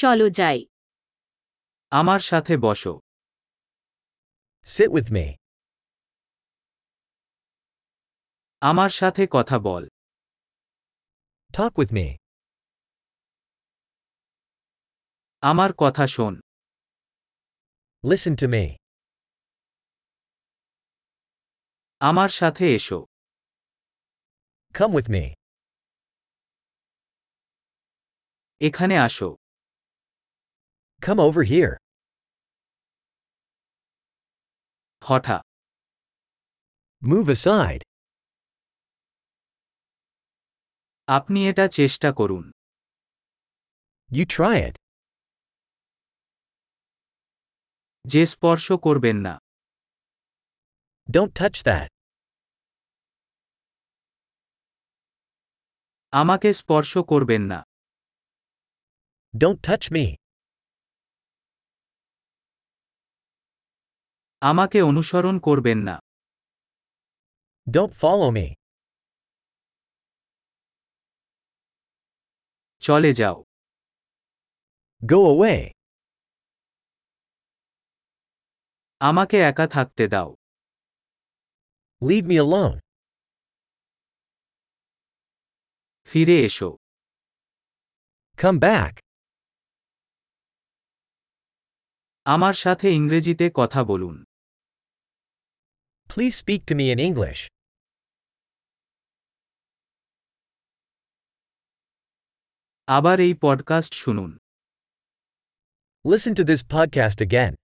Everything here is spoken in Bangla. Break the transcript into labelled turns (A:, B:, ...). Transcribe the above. A: চলো যাই
B: আমার সাথে বসো
C: Sit with me.
B: আমার সাথে কথা বল
C: Talk with me.
B: আমার কথা শোন
C: Listen to me.
B: আমার সাথে এসো
C: Come with me.
B: এখানে আসো
C: Come over here.
B: হঠাৎ
C: Move aside.
B: আপনি এটা চেষ্টা করুন
C: You try it.
B: যে স্পর্শ করবেন না
C: Don't touch that.
B: আমাকে স্পর্শ করবেন না
C: Don't touch me.
B: আমাকে অনুসরণ করবেন না
C: Don't follow me.
B: চলে যাও
C: Go away.
B: আমাকে একা থাকতে দাও
C: Leave me alone.
B: ফিরে এসো
C: Come back.
B: আমার সাথে ইংরেজিতে কথা বলুন
C: Please speak to me in English.
B: আবার এই পডকাস্ট শুনুন
C: Listen to this podcast again.